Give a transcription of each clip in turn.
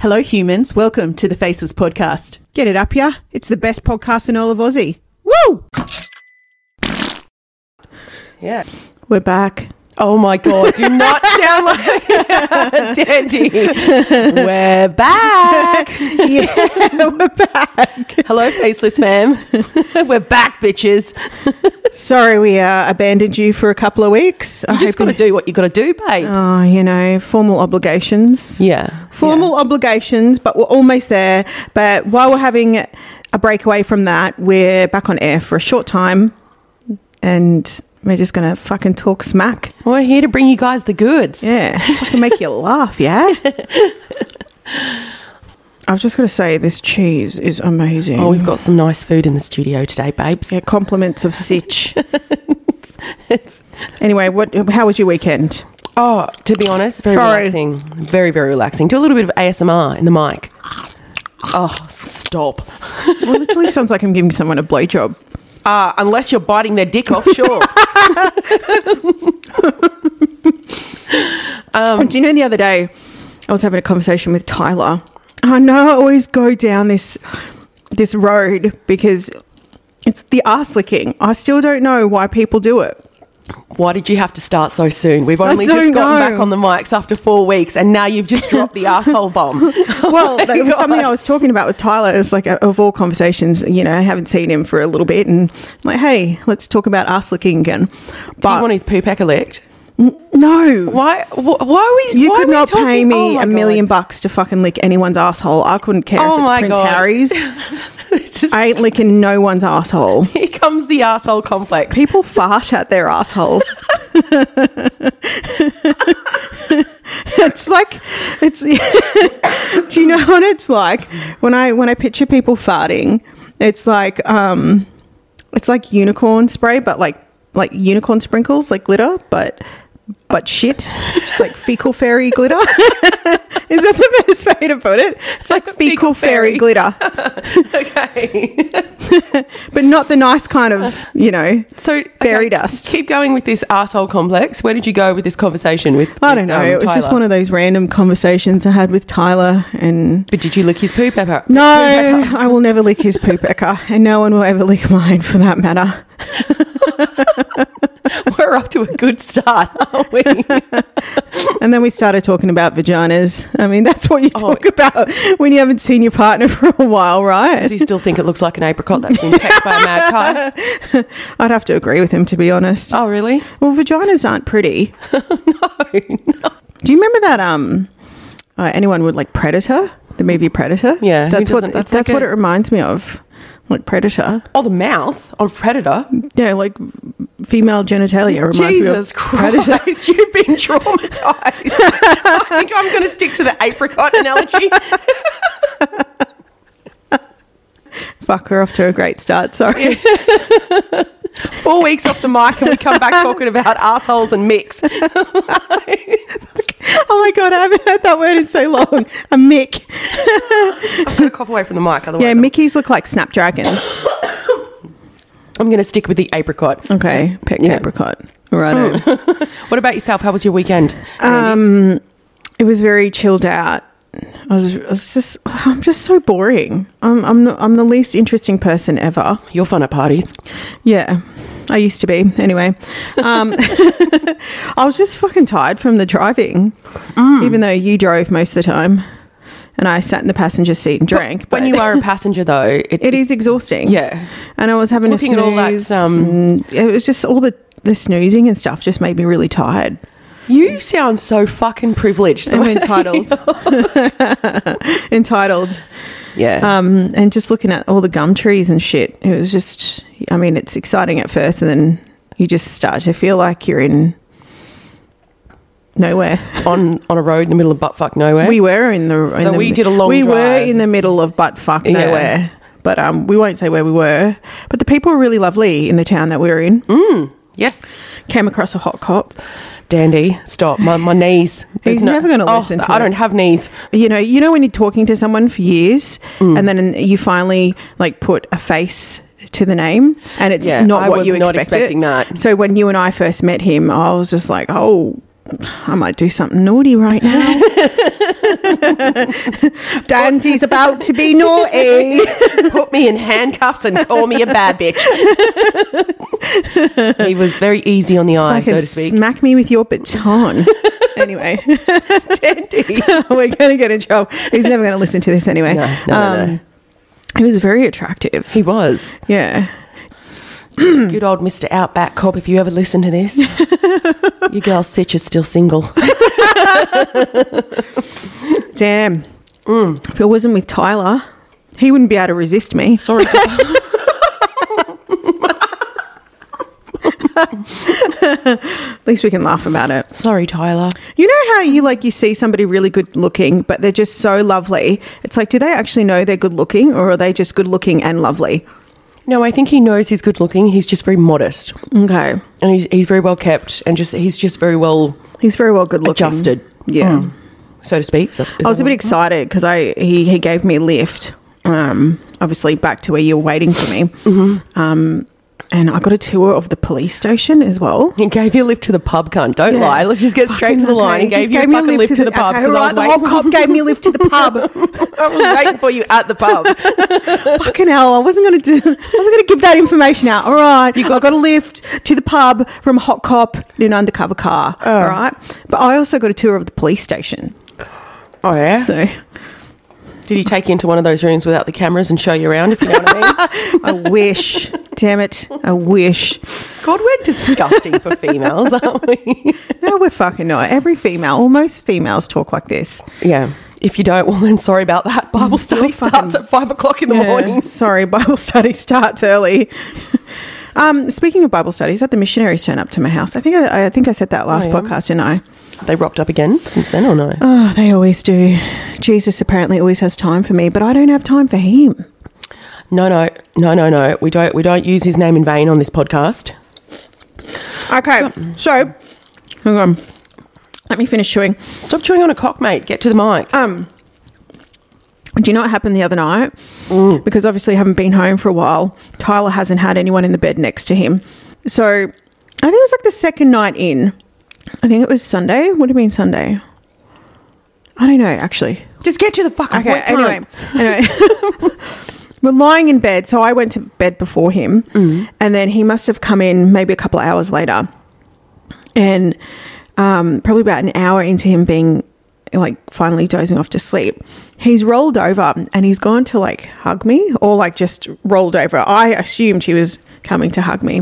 Hello, humans. Welcome to the Faces Podcast. Get it up, yeah? It's the best podcast in all of Aussie. Woo! Yeah. We're back. Oh my god, do not sound like Dandy. We're back. Yeah, we're back. Hello, faceless fam. We're back, bitches. Sorry, we uh, abandoned you for a couple of weeks. I You just hope gotta do what you gotta do, babes. Oh, you know, formal obligations. yeah. Formal obligations, but we're almost there. But while we're having a breakaway from that, we're back on air for a short time and we're just going to fucking talk smack. Yeah. We're here to bring you guys the goods. Yeah, fucking make you laugh, yeah? I've just got to say, this cheese is amazing. Oh, we've got some nice food in the studio today, babes. Yeah, compliments of sitch. It's- anyway, what? How was your weekend? oh, to be honest, very Sorry. relaxing. Very, very relaxing. Do a little bit of ASMR in the mic. Oh, stop. Well, it literally sounds like I'm giving someone a blowjob. Uh, unless you're biting their dick off, sure. Um, Oh, do you know the other day I was having a conversation with Tyler? I know I always go down this this road because it's the ass licking. I still don't know why people do it. Why did you have to start so soon? We've only just don't gotten know. back on the mics after four weeks, and now you've just dropped the asshole bomb. Well, that was God. something I was talking about with Tyler. It's like uh, of all conversations, you know, I haven't seen him for a little bit, and I'm like, hey, let's talk about ass licking again. Do you But want his poo pack elect? no, Why? wh- Why are we? You why are could we not talking- pay Oh me my a God. million bucks to fucking lick anyone's asshole. I couldn't care Oh if it's my Prince God. Harry's. It's just- I ain't licking no one's asshole. here comes the asshole complex. People fart at their assholes. it's like it's Do you know what it's like when I when I picture people farting? It's like um it's like unicorn spray but like like unicorn sprinkles like glitter but but shit like fecal fairy glitter. Is that the best way to put it? It's like fecal, Fecal fairy fairy. glitter, okay. but not the nice kind of, you know, So okay, Fairy dust. Keep going with this asshole complex. Where did you go with this conversation with? um, I don't know. it was just one of those random conversations I had with Tyler, and But did you lick his poo pepper? no, I will never lick his poop ecker, and no one will ever lick mine for that matter. We're off to a good start, aren't we? And then we started talking about vaginas. I mean, that's what you Oh. talk about when you haven't seen your partner for a while, Does right? he still think it looks like an apricot that's been pecked by a magpie? I'd have to agree with him, to be honest. Oh, really? Well, vaginas aren't pretty. No. Do you remember that? Um, uh, anyone would like Predator, the movie Predator. Yeah, who that's what doesn't? That's that's, like what a- it reminds me of, like Predator. Oh, the mouth of Predator. Yeah, like female genitalia reminds me of Jesus Christ, Predator. you've been traumatized. I think I'm going to stick to the apricot analogy. Fuck, we're off to a great start. Sorry. Four weeks off the mic, and we come back talking about assholes and mix. oh my god, I haven't heard that word in so long. A mick. I've got to cough away from the mic, otherwise, Yeah, Mickeys look like snapdragons. I'm going to stick with the apricot. Okay, pet Yeah. Oh, apricot. Right. What about yourself? How was your weekend? um, it was very chilled out. I was, I was just, I'm just so boring. I'm, I'm, the, I'm the least interesting person ever. You're fun at parties. Yeah, I used to be. Anyway, um, I was just fucking tired from the driving, Mm. even though you drove most of the time, and I sat in the passenger seat and drank. But, When you are a passenger, though, it, it is exhausting. yeah. and I was having Looking at a all that, snooze. um, and it was just all the the snoozing and stuff just made me really tired. You sound so fucking privileged. I'm entitled, entitled, Yeah. um, and just looking at all the gum trees and shit. It was just, I mean, it's exciting at first, and then you just start to feel like you're in nowhere. on on a road in the middle of buttfuck nowhere. We were in the. in So the- we did a long We were drive. in the middle of butt fuck Yeah. nowhere, but um, we won't say where we were. But the people were really lovely in the town that we were in. Mm. yes. Came across a hot cop. Dandy, stop. My, my knees. There's never gonna Oh, listen to I it. don't have knees. You know, you know when you're talking to someone for years, Mm. and then you finally like put a face to the name, and it's Yeah, not I what was you not expected. expecting that. So when you and I first met him, I was just like, oh. I might do something naughty right now. Dandy's about to be naughty. Put me in handcuffs and call me a bad bitch. he was very easy on the eye, so Fucking to speak. smack me with your baton. anyway, Dandy. we're going to get in trouble. He's never going to listen to this anyway. No, Um, no, no, no. He was very attractive. He was. yeah. Good old Mr. Outback Cop, if you ever listen to this. your girl Sitch is still single. Damn. If it wasn't with Tyler, he wouldn't be able to resist me. Sorry. At least we can laugh about it. Sorry, Tyler. You know how you like you see somebody really good looking, but they're just so lovely. It's like, do they actually know they're good looking, or are they just good looking and lovely? No, I think he knows he's good looking. He's just very modest. Okay, And he's, he's very well kept and just he's just very well he's very well good looking. adjusted, Yeah, so to speak. So- is I was that a bit what- excited because I he, he gave me a lift. Um, obviously back to where you were waiting for me. Um, and I got a tour of the police station as well. He gave you a lift to the pub, cunt. Don't Yeah. lie. Let's just get straight Fucking to the okay. line. He Just gave you a fucking lift, to the, pub okay, because right, the I, whole was waiting- cop gave me a lift to the pub. I was waiting for you at the pub. Fucking hell! I wasn't gonna do. I wasn't gonna give that information out. All right, you got, I got a lift to the pub from a hot cop in an undercover car. All right, but I also got a tour of the police station. Oh, yeah? So Did he take you into one of those rooms without the cameras and show you around, if you know what I mean? I wish. Damn it! I wish. God, we're disgusting for females, aren't we? No, we're fucking not. Every female, or most females, talk like this. Yeah. Mm, If you don't, well, then sorry about that. Bible study starts at five o'clock in the Yeah, morning. Sorry, Bible study starts early. Um, speaking of Bible studies, I had the missionaries turn up to my house. I think I, I think I said that Oh, last yeah. podcast, didn't I? They rocked up again since then, or no? Oh, they always do. Jesus apparently always has time for me, but I don't have time for him. No, no, no, no, no. We don't. We don't use his name in vain on this podcast. Okay, so Mm. hang on. Let me finish chewing. Stop chewing on a cock, mate. Get to the mic. Um, do you know what happened the other night? Mm. Because obviously, I haven't been home for a while. Tyler hasn't had anyone in the bed next to him. So I think it was like the second night in. I think it was Sunday. Would have been Sunday. I don't know, actually. Just get to the fucking Okay, point. anyway. cunt. anyway. We're lying in bed, so I went to bed before him, Mm. and then he must have come in maybe a couple of hours later, and um, probably about an hour into him being like finally dozing off to sleep, he's rolled over and he's gone to like hug me or like just rolled over. I assumed he was coming to hug me.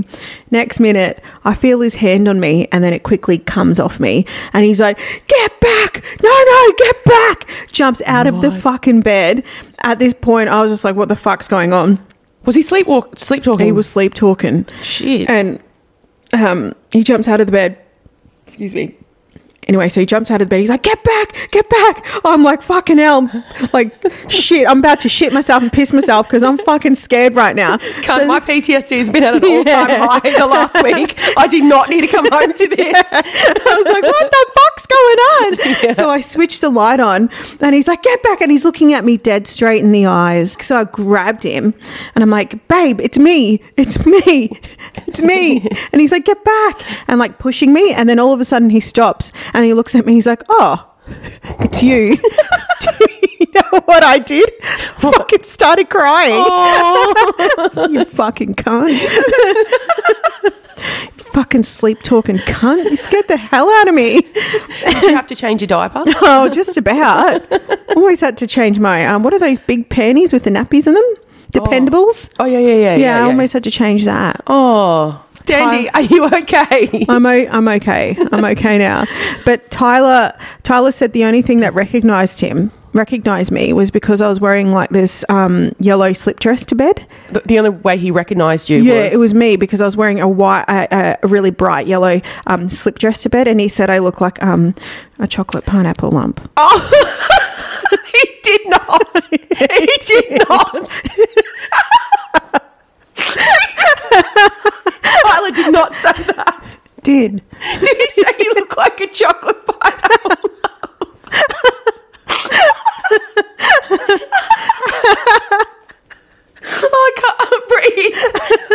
Next minute, I feel his hand on me, and then it quickly comes off me, and he's like, "Get back! No, no, get back!" Jumps out of the fucking bed. At this point, I was just like, "What the fuck's going on?" Was he sleepwalk? Sleep talking? He was sleep talking. shit. And um, he jumps out of the bed. Excuse me. Anyway, so he jumps out of the bed. He's like, "Get back! Get back!" I'm like, "Fucking hell!" Like, shit, I'm about to shit myself and piss myself because I'm fucking scared right now. Cunt, So- my PTSD has been at an all-time Yeah. high the last week. I did not need to come home to this. I was like, what the fuck's going on? So I switched the light on and he's like, get back. And he's looking at me dead straight in the eyes. So I grabbed him and I'm like, babe, it's me. It's me. It's me. And he's like, get back. And like pushing me. And then all of a sudden he stops and he looks at me. He's like, oh, it's you. Do you know what I did? Fucking started crying. Oh. you fucking cunt. You fucking sleep talking cunt. You scared the hell out of me. Did you have to change your diaper? Oh, just about. Always had to change my um, what are those big panties with the nappies in them? Dependables. Oh yeah, yeah, yeah, Oh. yeah. yeah, I almost had to change that. Oh, Dandy, are you okay? I'm o- I'm okay. I'm okay now. But Tyler Tyler said the only thing that recognized him recognized me was because I was wearing like this um, yellow slip dress to bed. The, the only way he recognised you. yeah, was, it was me because I was wearing a white, a, a really bright yellow um, slip dress to bed, and he said I look like um, a chocolate pineapple lump. Oh. He did not. he did not. Tyler did not say that. Did Did he say you look like a chocolate pie? oh, I can't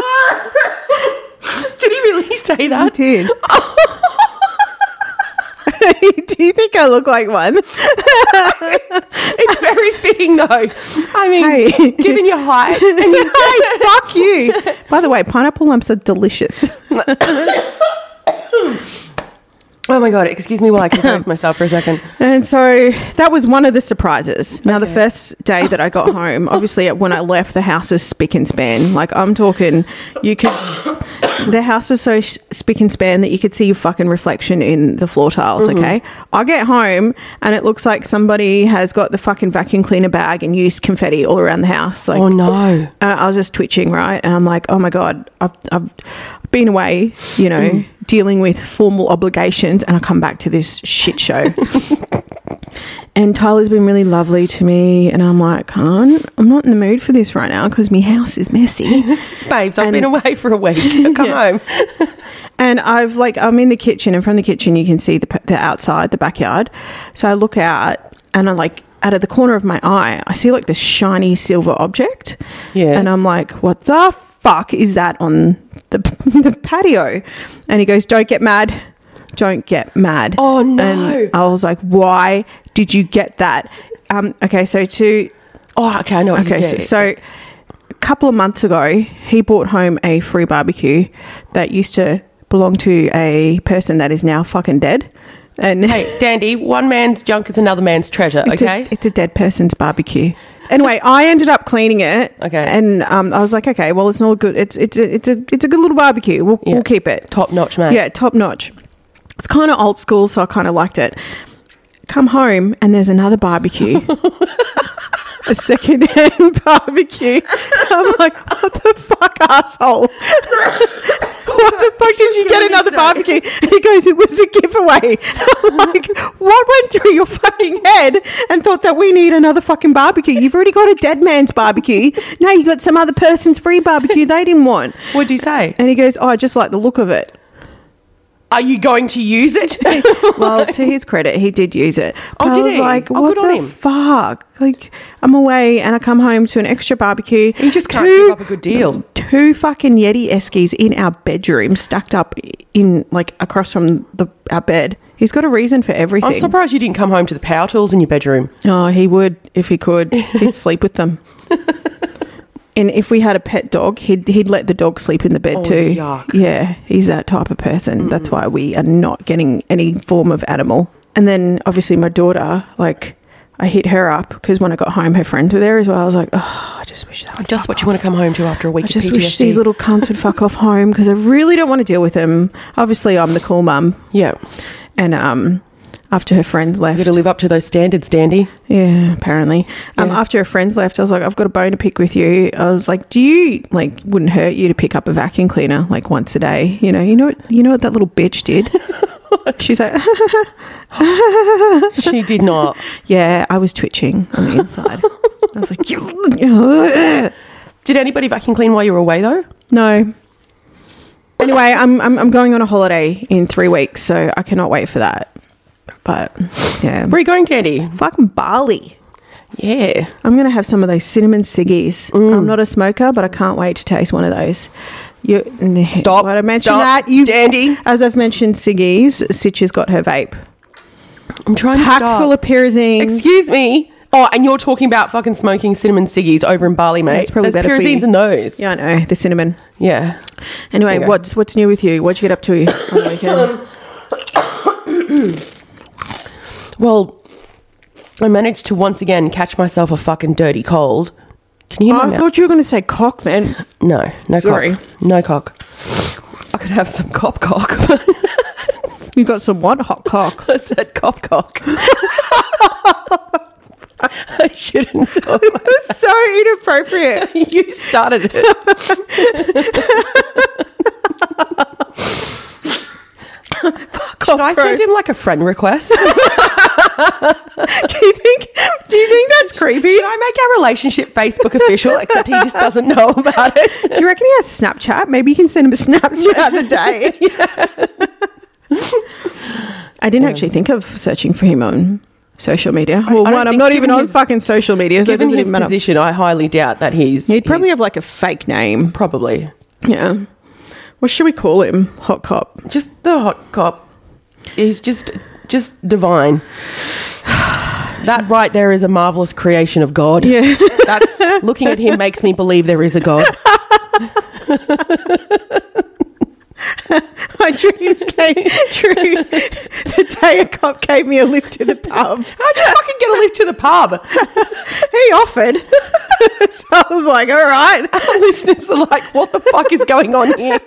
breathe. did he really say I that? did. Do you think I look like one? very fitting, though. I mean, Hey. given your height and your face. Fuck you. By the way, pineapple lumps are delicious. Oh my god! Excuse me while I correct myself for a second. And so that was one of the surprises. Now, the first day that I got home, obviously, when I left, the house was spick and span. Like, I'm talking, you could, the house was so s- spick and span that you could see your fucking reflection in the floor tiles, okay? I get home and it looks like somebody has got the fucking vacuum cleaner bag and used confetti all around the house. Like, Oh no! uh, I was just twitching, right? And I'm like, oh my God, I've, I've been away, you know, dealing with formal obligations, and I come back to this shit show. and Tyler's been really lovely to me, and I'm like, can't, I'm not in the mood for this right now because my house is messy. Babes, I've And- been away for a week. I've come home. And I've like I'm in the kitchen, and from the kitchen you can see the the outside, the backyard. So I look out, and I like out of the corner of my eye, I see like this shiny silver object. Yeah. And I'm like, what the fuck is that on the the patio? And he goes, don't get mad. Don't get mad. Oh, no. And I was like, why did you get that? Um, okay, so to Oh, okay. I know. What Okay, you so, get. so a couple of months ago, he brought home a free barbecue that used to belong to a person that is now fucking dead. And hey, Dandy, one man's junk is another man's treasure. it's, Okay. a, it's a dead person's barbecue. Anyway, I ended up cleaning it. Okay. and um, I was like, okay, well, it's not good. It's it's a, it's a it's a good little barbecue. We'll, Yeah. we'll keep it. Top notch, man. Yeah, top notch. It's kind of old school, so I kind of liked it. Come home and there's another barbecue. A second hand barbecue. I'm like, what the fuck, asshole? Why the fuck did you get another barbecue? And he goes, it was a giveaway. I'm like, what went through your fucking head and thought that we need another fucking barbecue? You've already got a dead man's barbecue. Now you got some other person's free barbecue they didn't want. What do you say? And he goes, oh, I just like the look of it. Are you going to use it? well, to his credit, he did use it. Oh, But I did was he? like, Oh, what good on the him." fuck? Like, I'm away and I come home to an extra barbecue. You just can't Two- give up a good deal. Two fucking Yeti Eskies in our bedroom, stacked up in like across from the our bed. He's got a reason for everything. I'm surprised you didn't come home to the power tools in your bedroom. Oh, he would if he could. He'd sleep with them. And if we had a pet dog, he'd he'd let the dog sleep in the bed Oh, too. yuck. Mm. Yeah, he's that type of person. That's why we are not getting any form of animal. And then obviously my daughter, like I hit her up because when I got home, her friends were there as well. I was like, oh, I just wish that. Would Just fuck what you want to come home to after a week I of just PTSD. wish these little cunts would fuck off home because I really don't want to deal with them. Obviously, I'm the cool mum, yeah, and um, after her friends you left, got to live up to those standards, Dandy. yeah, apparently. Um, Yeah. After a friend's left, I was like, I've got a bone to pick with you. I was like, Do you like? Wouldn't hurt you to pick up a vacuum cleaner like once a day? You know, you know, what, you know what that little bitch did. She's like, "Uh-huh." She did not. Yeah, I was twitching on the inside. I was like, "You-" Did anybody vacuum clean while you were away though? No. Anyway, I'm, I'm I'm going on a holiday in three weeks, so I cannot wait for that. But yeah, Where are you going, Dandy? fucking Bali. Yeah. I'm going to have some of those cinnamon ciggies. Mm. I'm not a smoker, but I can't wait to taste one of those. You, Stop. When I mentioned Stop. that, you Dandy. As I've mentioned, ciggies. Sitch has got her vape I'm trying to packed stop. full of pyrazines. Excuse me. Oh, and you're talking about fucking smoking cinnamon ciggies over in Bali, mate. it's probably There's better for pyrazines you. in those. yeah, I know the cinnamon. Yeah. Anyway, There you go. what's what's new with you? What'd you get up to? on the weekend? Well, I managed to once again catch myself a fucking dirty cold. Can you hear my Oh, I mouth? thought you were going to say cock then. No, no Sorry. cock. No cock. I could have some cop cock. You got some what hot cock? I said cop cock. I shouldn't have. That's so inappropriate. You started it. Should I bro. send him like a friend request? do you think? Do you think that's creepy? Should I make our relationship Facebook official? Except he just doesn't know about it. Do you reckon he has Snapchat? Maybe you can send him a Snapchat of the day. I didn't actually think of searching for him on social media. Well, I don't one, I'm think not given even on his- fucking social media, so it Given doesn't his even matter. position, I highly doubt that he's. He'd probably he's- have like a fake name. probably Yeah. What should we call him? Hot cop. just the hot cop. He's just just divine. That right there is a marvelous creation of God. Yeah. That's looking at him makes me believe there is a God. My dreams came true. the day a cop gave me a lift to the pub. How'd you fucking get a lift to the pub? He offered. so I was like, all right. Our listeners are like, what the fuck is going on here?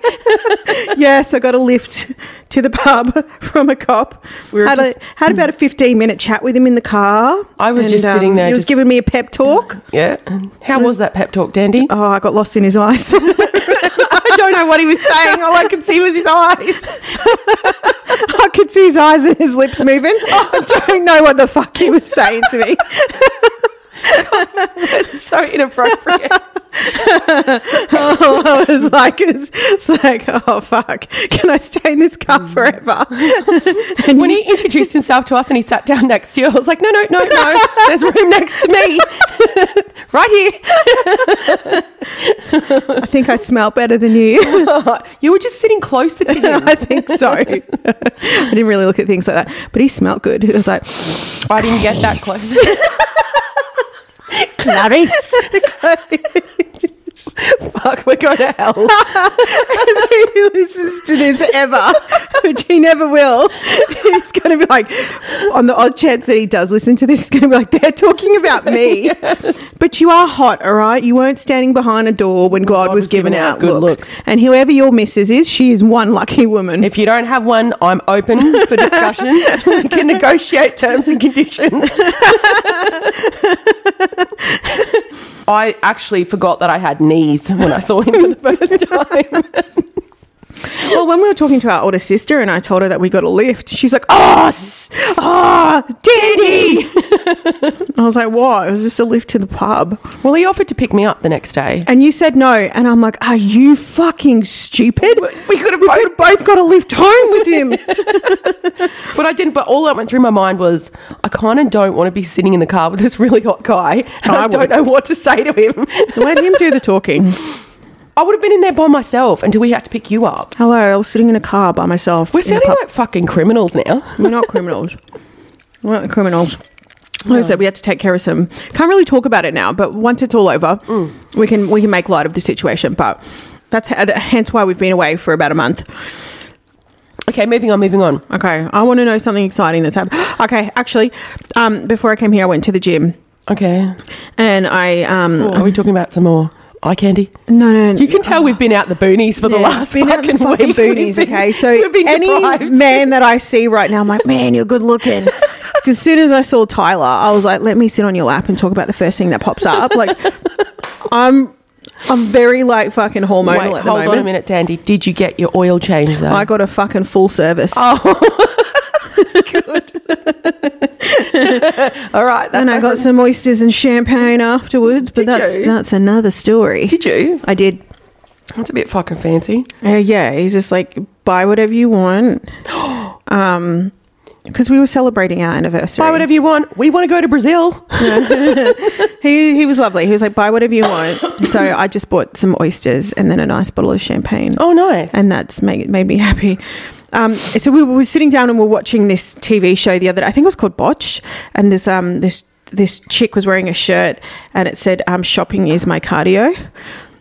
Yes, I got a lift to the pub from a cop. We were had, a- just- had about a 15 minute chat with him in the car. mm. um, I was just sitting there He was just- giving me a pep talk. Yeah. How was that pep talk, Dandy? Oh, I got lost in his eyes. I don't know what he was saying. All I could see was his eyes. I could see his eyes and his lips moving. I don't know what the fuck he was saying to me. It's so inappropriate. Oh, I was like, it's, it's like, oh fuck, can I stay in this Mm. car forever? and When you- he introduced himself to us and he sat down next to you, I was like, no, no, no, no. There's room next to me. right here. I think I smell better than you. You were just sitting closer to him. I think so. I didn't really look at things like that, but he smelled good. He was like, I didn't get that close. Clarice. Fuck, we're going to hell. if he listens to this ever, which he never will, he's going to be like, on the odd chance that he does listen to this, he's going to be like, they're talking about me. But you are hot, all right? You weren't standing behind a door when God, was, giving, out good looks. looks. And whoever your missus is, she is one lucky woman. If you don't have one, I'm open for discussion. we can negotiate terms and conditions. I actually forgot that I had knees when I saw him for the first time. well, when we were talking to our older sister and I told her that we got a lift, she's like, oh, s- oh, Danny. I was like, what? It was just a lift to the pub. Well, he offered to pick me up the next day. And you said no. And I'm like, are you fucking stupid? We could have We could have both got a lift home with him. But I didn't. But all that went through my mind was, I kind of don't want to be sitting in the car with this really hot guy. And I, I don't would. know what to say to him. Let him do the talking. I would have been in there by myself until we had to pick you up. Hello, I was sitting in a car by myself. We're in a sounding pub. like fucking criminals now. we're not criminals. We're not criminals. Like I said, we had to take care of some. Can't really talk about it now, but once it's all over, we can we can make light of the situation. But that's hence why we've been away for about a month. Okay, moving on, moving on. Okay, I want to know something exciting that's happened. Okay, actually, um, before I came here, I went to the gym Okay. and I um, Are we talking about some more eye candy? no no You can tell we've been out the boonies for the Yeah, last been out fucking, the fucking week. boonies. We've been- Okay, so we've been any deprived. man that I see right now, I'm like, man, you're good looking. 'Cause As soon as I saw Tyler, I was like, let me sit on your lap and talk about the first thing that pops up. Like, I'm, I'm very like fucking Wait, hormonal hold at the on a moment. minute, Dandy. Did you get your oil change though? I got a fucking full service. Oh, All right, that's and I got some oysters and champagne afterwards, but Did that's you? that's another story. Did you? I did. That's a bit fucking fancy. Uh, yeah, he's just like buy whatever you want. Um, because we were celebrating our anniversary. Buy whatever you want. We want to go to Brazil. He he was lovely. He was like, buy whatever you want. so I just bought some oysters and then a nice bottle of champagne, Oh, nice. and that's made made me happy. Um, so we were sitting down and we were watching this TV show the other day. I think it was called Botched, and this um this this chick was wearing a shirt and it said, um, "Shopping is my cardio."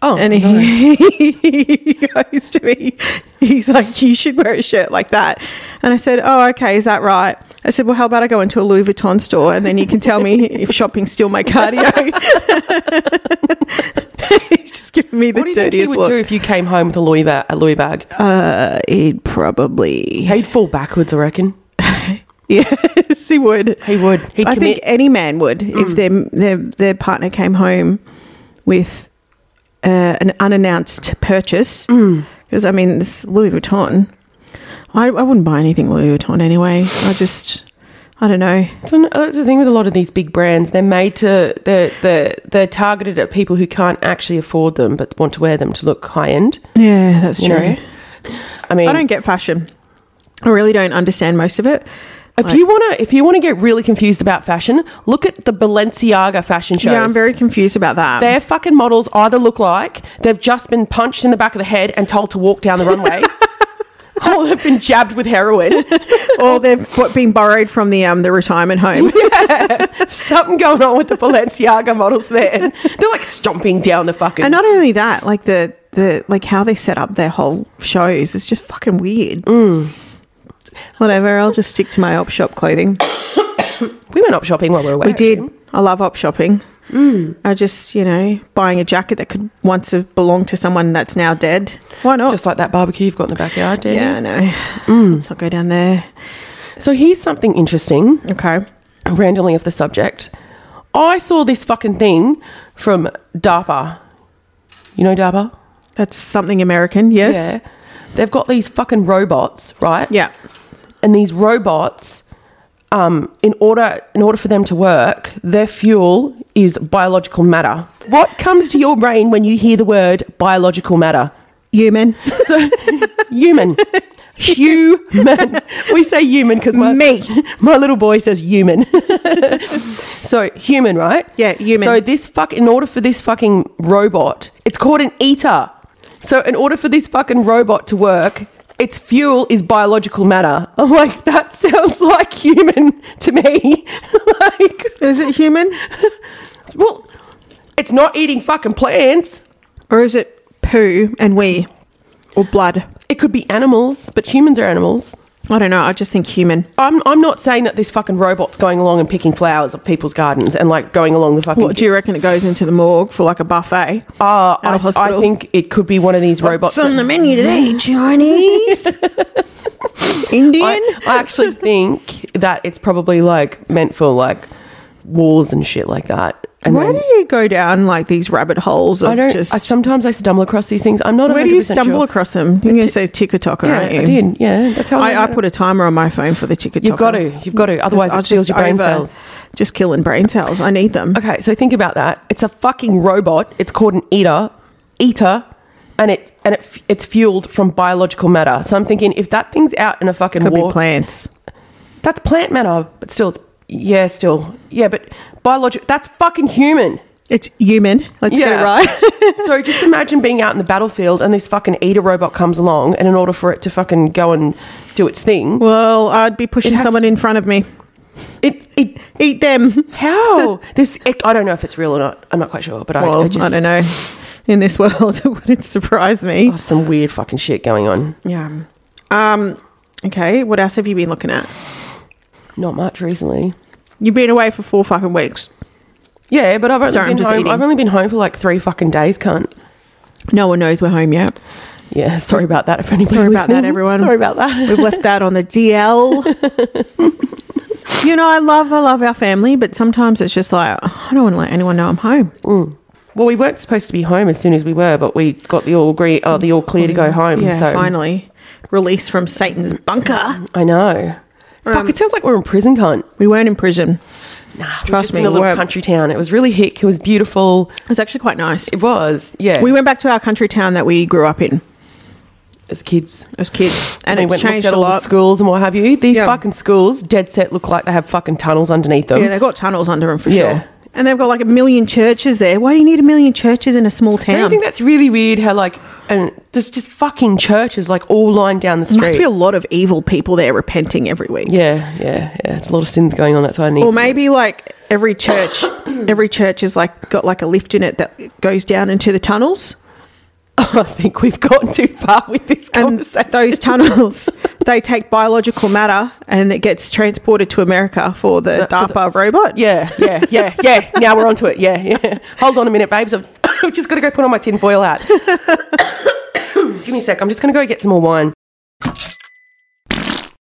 oh, and nice. he, he goes to me, he's like, You should wear a shirt like that. And I said, Oh, okay, is that right? I said, Well, how about I go into a Louis Vuitton store and then you can tell me if shopping's still my cardio? he's just giving me the what do you think he dirtiest would look. do if you came home with a Louis, va- a Louis bag? Uh, he'd probably. He'd fall backwards, I reckon. Yes, he would. He would. He'd I commit. think any man would if their, their, their partner came home with uh, an unannounced purchase. Mm. Because I mean, this Louis Vuitton. I, I wouldn't buy anything Louis Vuitton anyway. I just, I don't know. It's an- That's the thing with a lot of these big brands. They're made to they're they're, they're targeted at people who can't actually afford them but want to wear them to look high end. Yeah, that's You know, I mean, I don't get fashion. I really don't understand most of it. if you wanna if you wanna get really confused about fashion, look at the Balenciaga fashion shows. Yeah, I'm very confused about that. Their fucking models either look like they've just been punched in the back of the head and told to walk down the runway. all have been jabbed with heroin. or they've bo- been borrowed from the um the retirement home. Something going on with the Balenciaga models there. They're like stomping down the fucking. and not only that, like the the like how they set up their whole shows is just fucking weird. Whatever, I'll just stick to my op shop clothing. we went up shopping while we were away. We did. I love op shopping. I just, you know, buying a jacket that could once have belonged to someone that's now dead. Why not? Mm. Just like that barbecue you've got in the backyard, did yeah, I know. Let's not go down there. So here's something interesting, Okay. randomly of the subject. I saw this fucking thing from DARPA. You know DARPA? That's something American, yes? Yeah. They've got these fucking robots, right? Yeah. and these robots um, in order in order for them to work their fuel is biological matter what comes to your brain when you hear the word biological matter Human. so human human we say human because my Me. my little boy says human so human right Yeah, human. so this fuck in order for this fucking robot it's called an eater so in order for this fucking robot to work its fuel is biological matter. I'm like, that sounds like human to me. like, Is it human well, it's not eating fucking plants. or is it poo and wee or blood? It could be animals, but humans are animals. I don't know. I just think human. I'm, I'm not saying that this fucking robot's going along and picking flowers of people's gardens and like going along the fucking. What do you reckon it goes into the morgue for like a buffet? Uh, At a I, hospital? I think it could be one of these robots. What's on that- the menu today? Chinese, Indian. I, I actually think that it's probably like meant for like wars and shit like that. And Why then- do you go down like these rabbit holes of I don't. just? I, sometimes I stumble across these things. I'm not. where do you 100% stumble sure. across them? You're going to say TikTok, Yeah, aren't you? I did. Yeah, that's how I, I know. put a timer on my phone for the TikTok. You've got to. You've got to. Otherwise, it steals your brain cells. Just killing brain cells. I need them. Okay, so think about that. It's a fucking robot. It's called an eater, eater, and it and it f- it's fueled from biological matter. So I'm thinking if that thing's out in a fucking Could war, be plants. that's plant matter, but still, it's yeah, still yeah, but biological. That's fucking human. It's human. Let's get it right. so just imagine being out in the battlefield and this fucking eater robot comes along, and in order for it to fucking go and do its thing, Well, I'd be pushing It has someone to- in front of me. it it Eat them. how this it, I don't know if it's real or not. I'm not quite sure, but I, Well, I I, just don't know. In this world, it wouldn't surprise me. oh, some weird fucking shit going on. Yeah. Um. Okay. What else have you been looking at? Not much recently. You've been away for four fucking weeks. Yeah, but I've only Sorry, I'm been just home. eating. I've only been home for like three fucking days, cunt. No one knows we're home yet. Yeah, sorry about that. If anybody Sorry about that, listening. everyone. Sorry about that. We've left that on the DL. you know, I love, I love our family, but sometimes it's just like I don't want to let anyone know I'm home. Well, we weren't supposed to be home as soon as we were, but we got the all agree, uh, the all clear to go home. yeah. so Finally, released from Satan's bunker. I know. Fuck, it sounds like we're in prison, cunt. We weren't in prison. Um, Nah, we're Trust just me, in a little we're- country town. It was really hick. It was beautiful. It was actually quite nice. It was, yeah. We went back to our country town that we grew up in as kids, as kids, and we it's went and changed looked at a all the lot. schools and what have you. These Yeah. fucking schools, dead set, look like they have fucking tunnels underneath them. Yeah, they've got tunnels under them for Oh. Yeah. sure. And they've got like a million churches there. Why do you need a million churches in a small town? Don't you think that's really weird? How like and just just fucking churches like all lined down the there street. must be a lot of evil people there repenting every week. yeah, yeah, yeah. It's a lot of sins going on. That's why I need. Or maybe like every church, every church has like got like a lift in it that goes down into the tunnels. I think we've gone too far with this And conversation. those tunnels, they take biological matter and it gets transported to America for the That- for DARPA robot. yeah, yeah, yeah, yeah. Now we're onto it. Yeah, yeah. Hold on a minute, babes. I've I've just got to go put on my tin foil hat. Give me a sec. I'm just going to go get some more wine.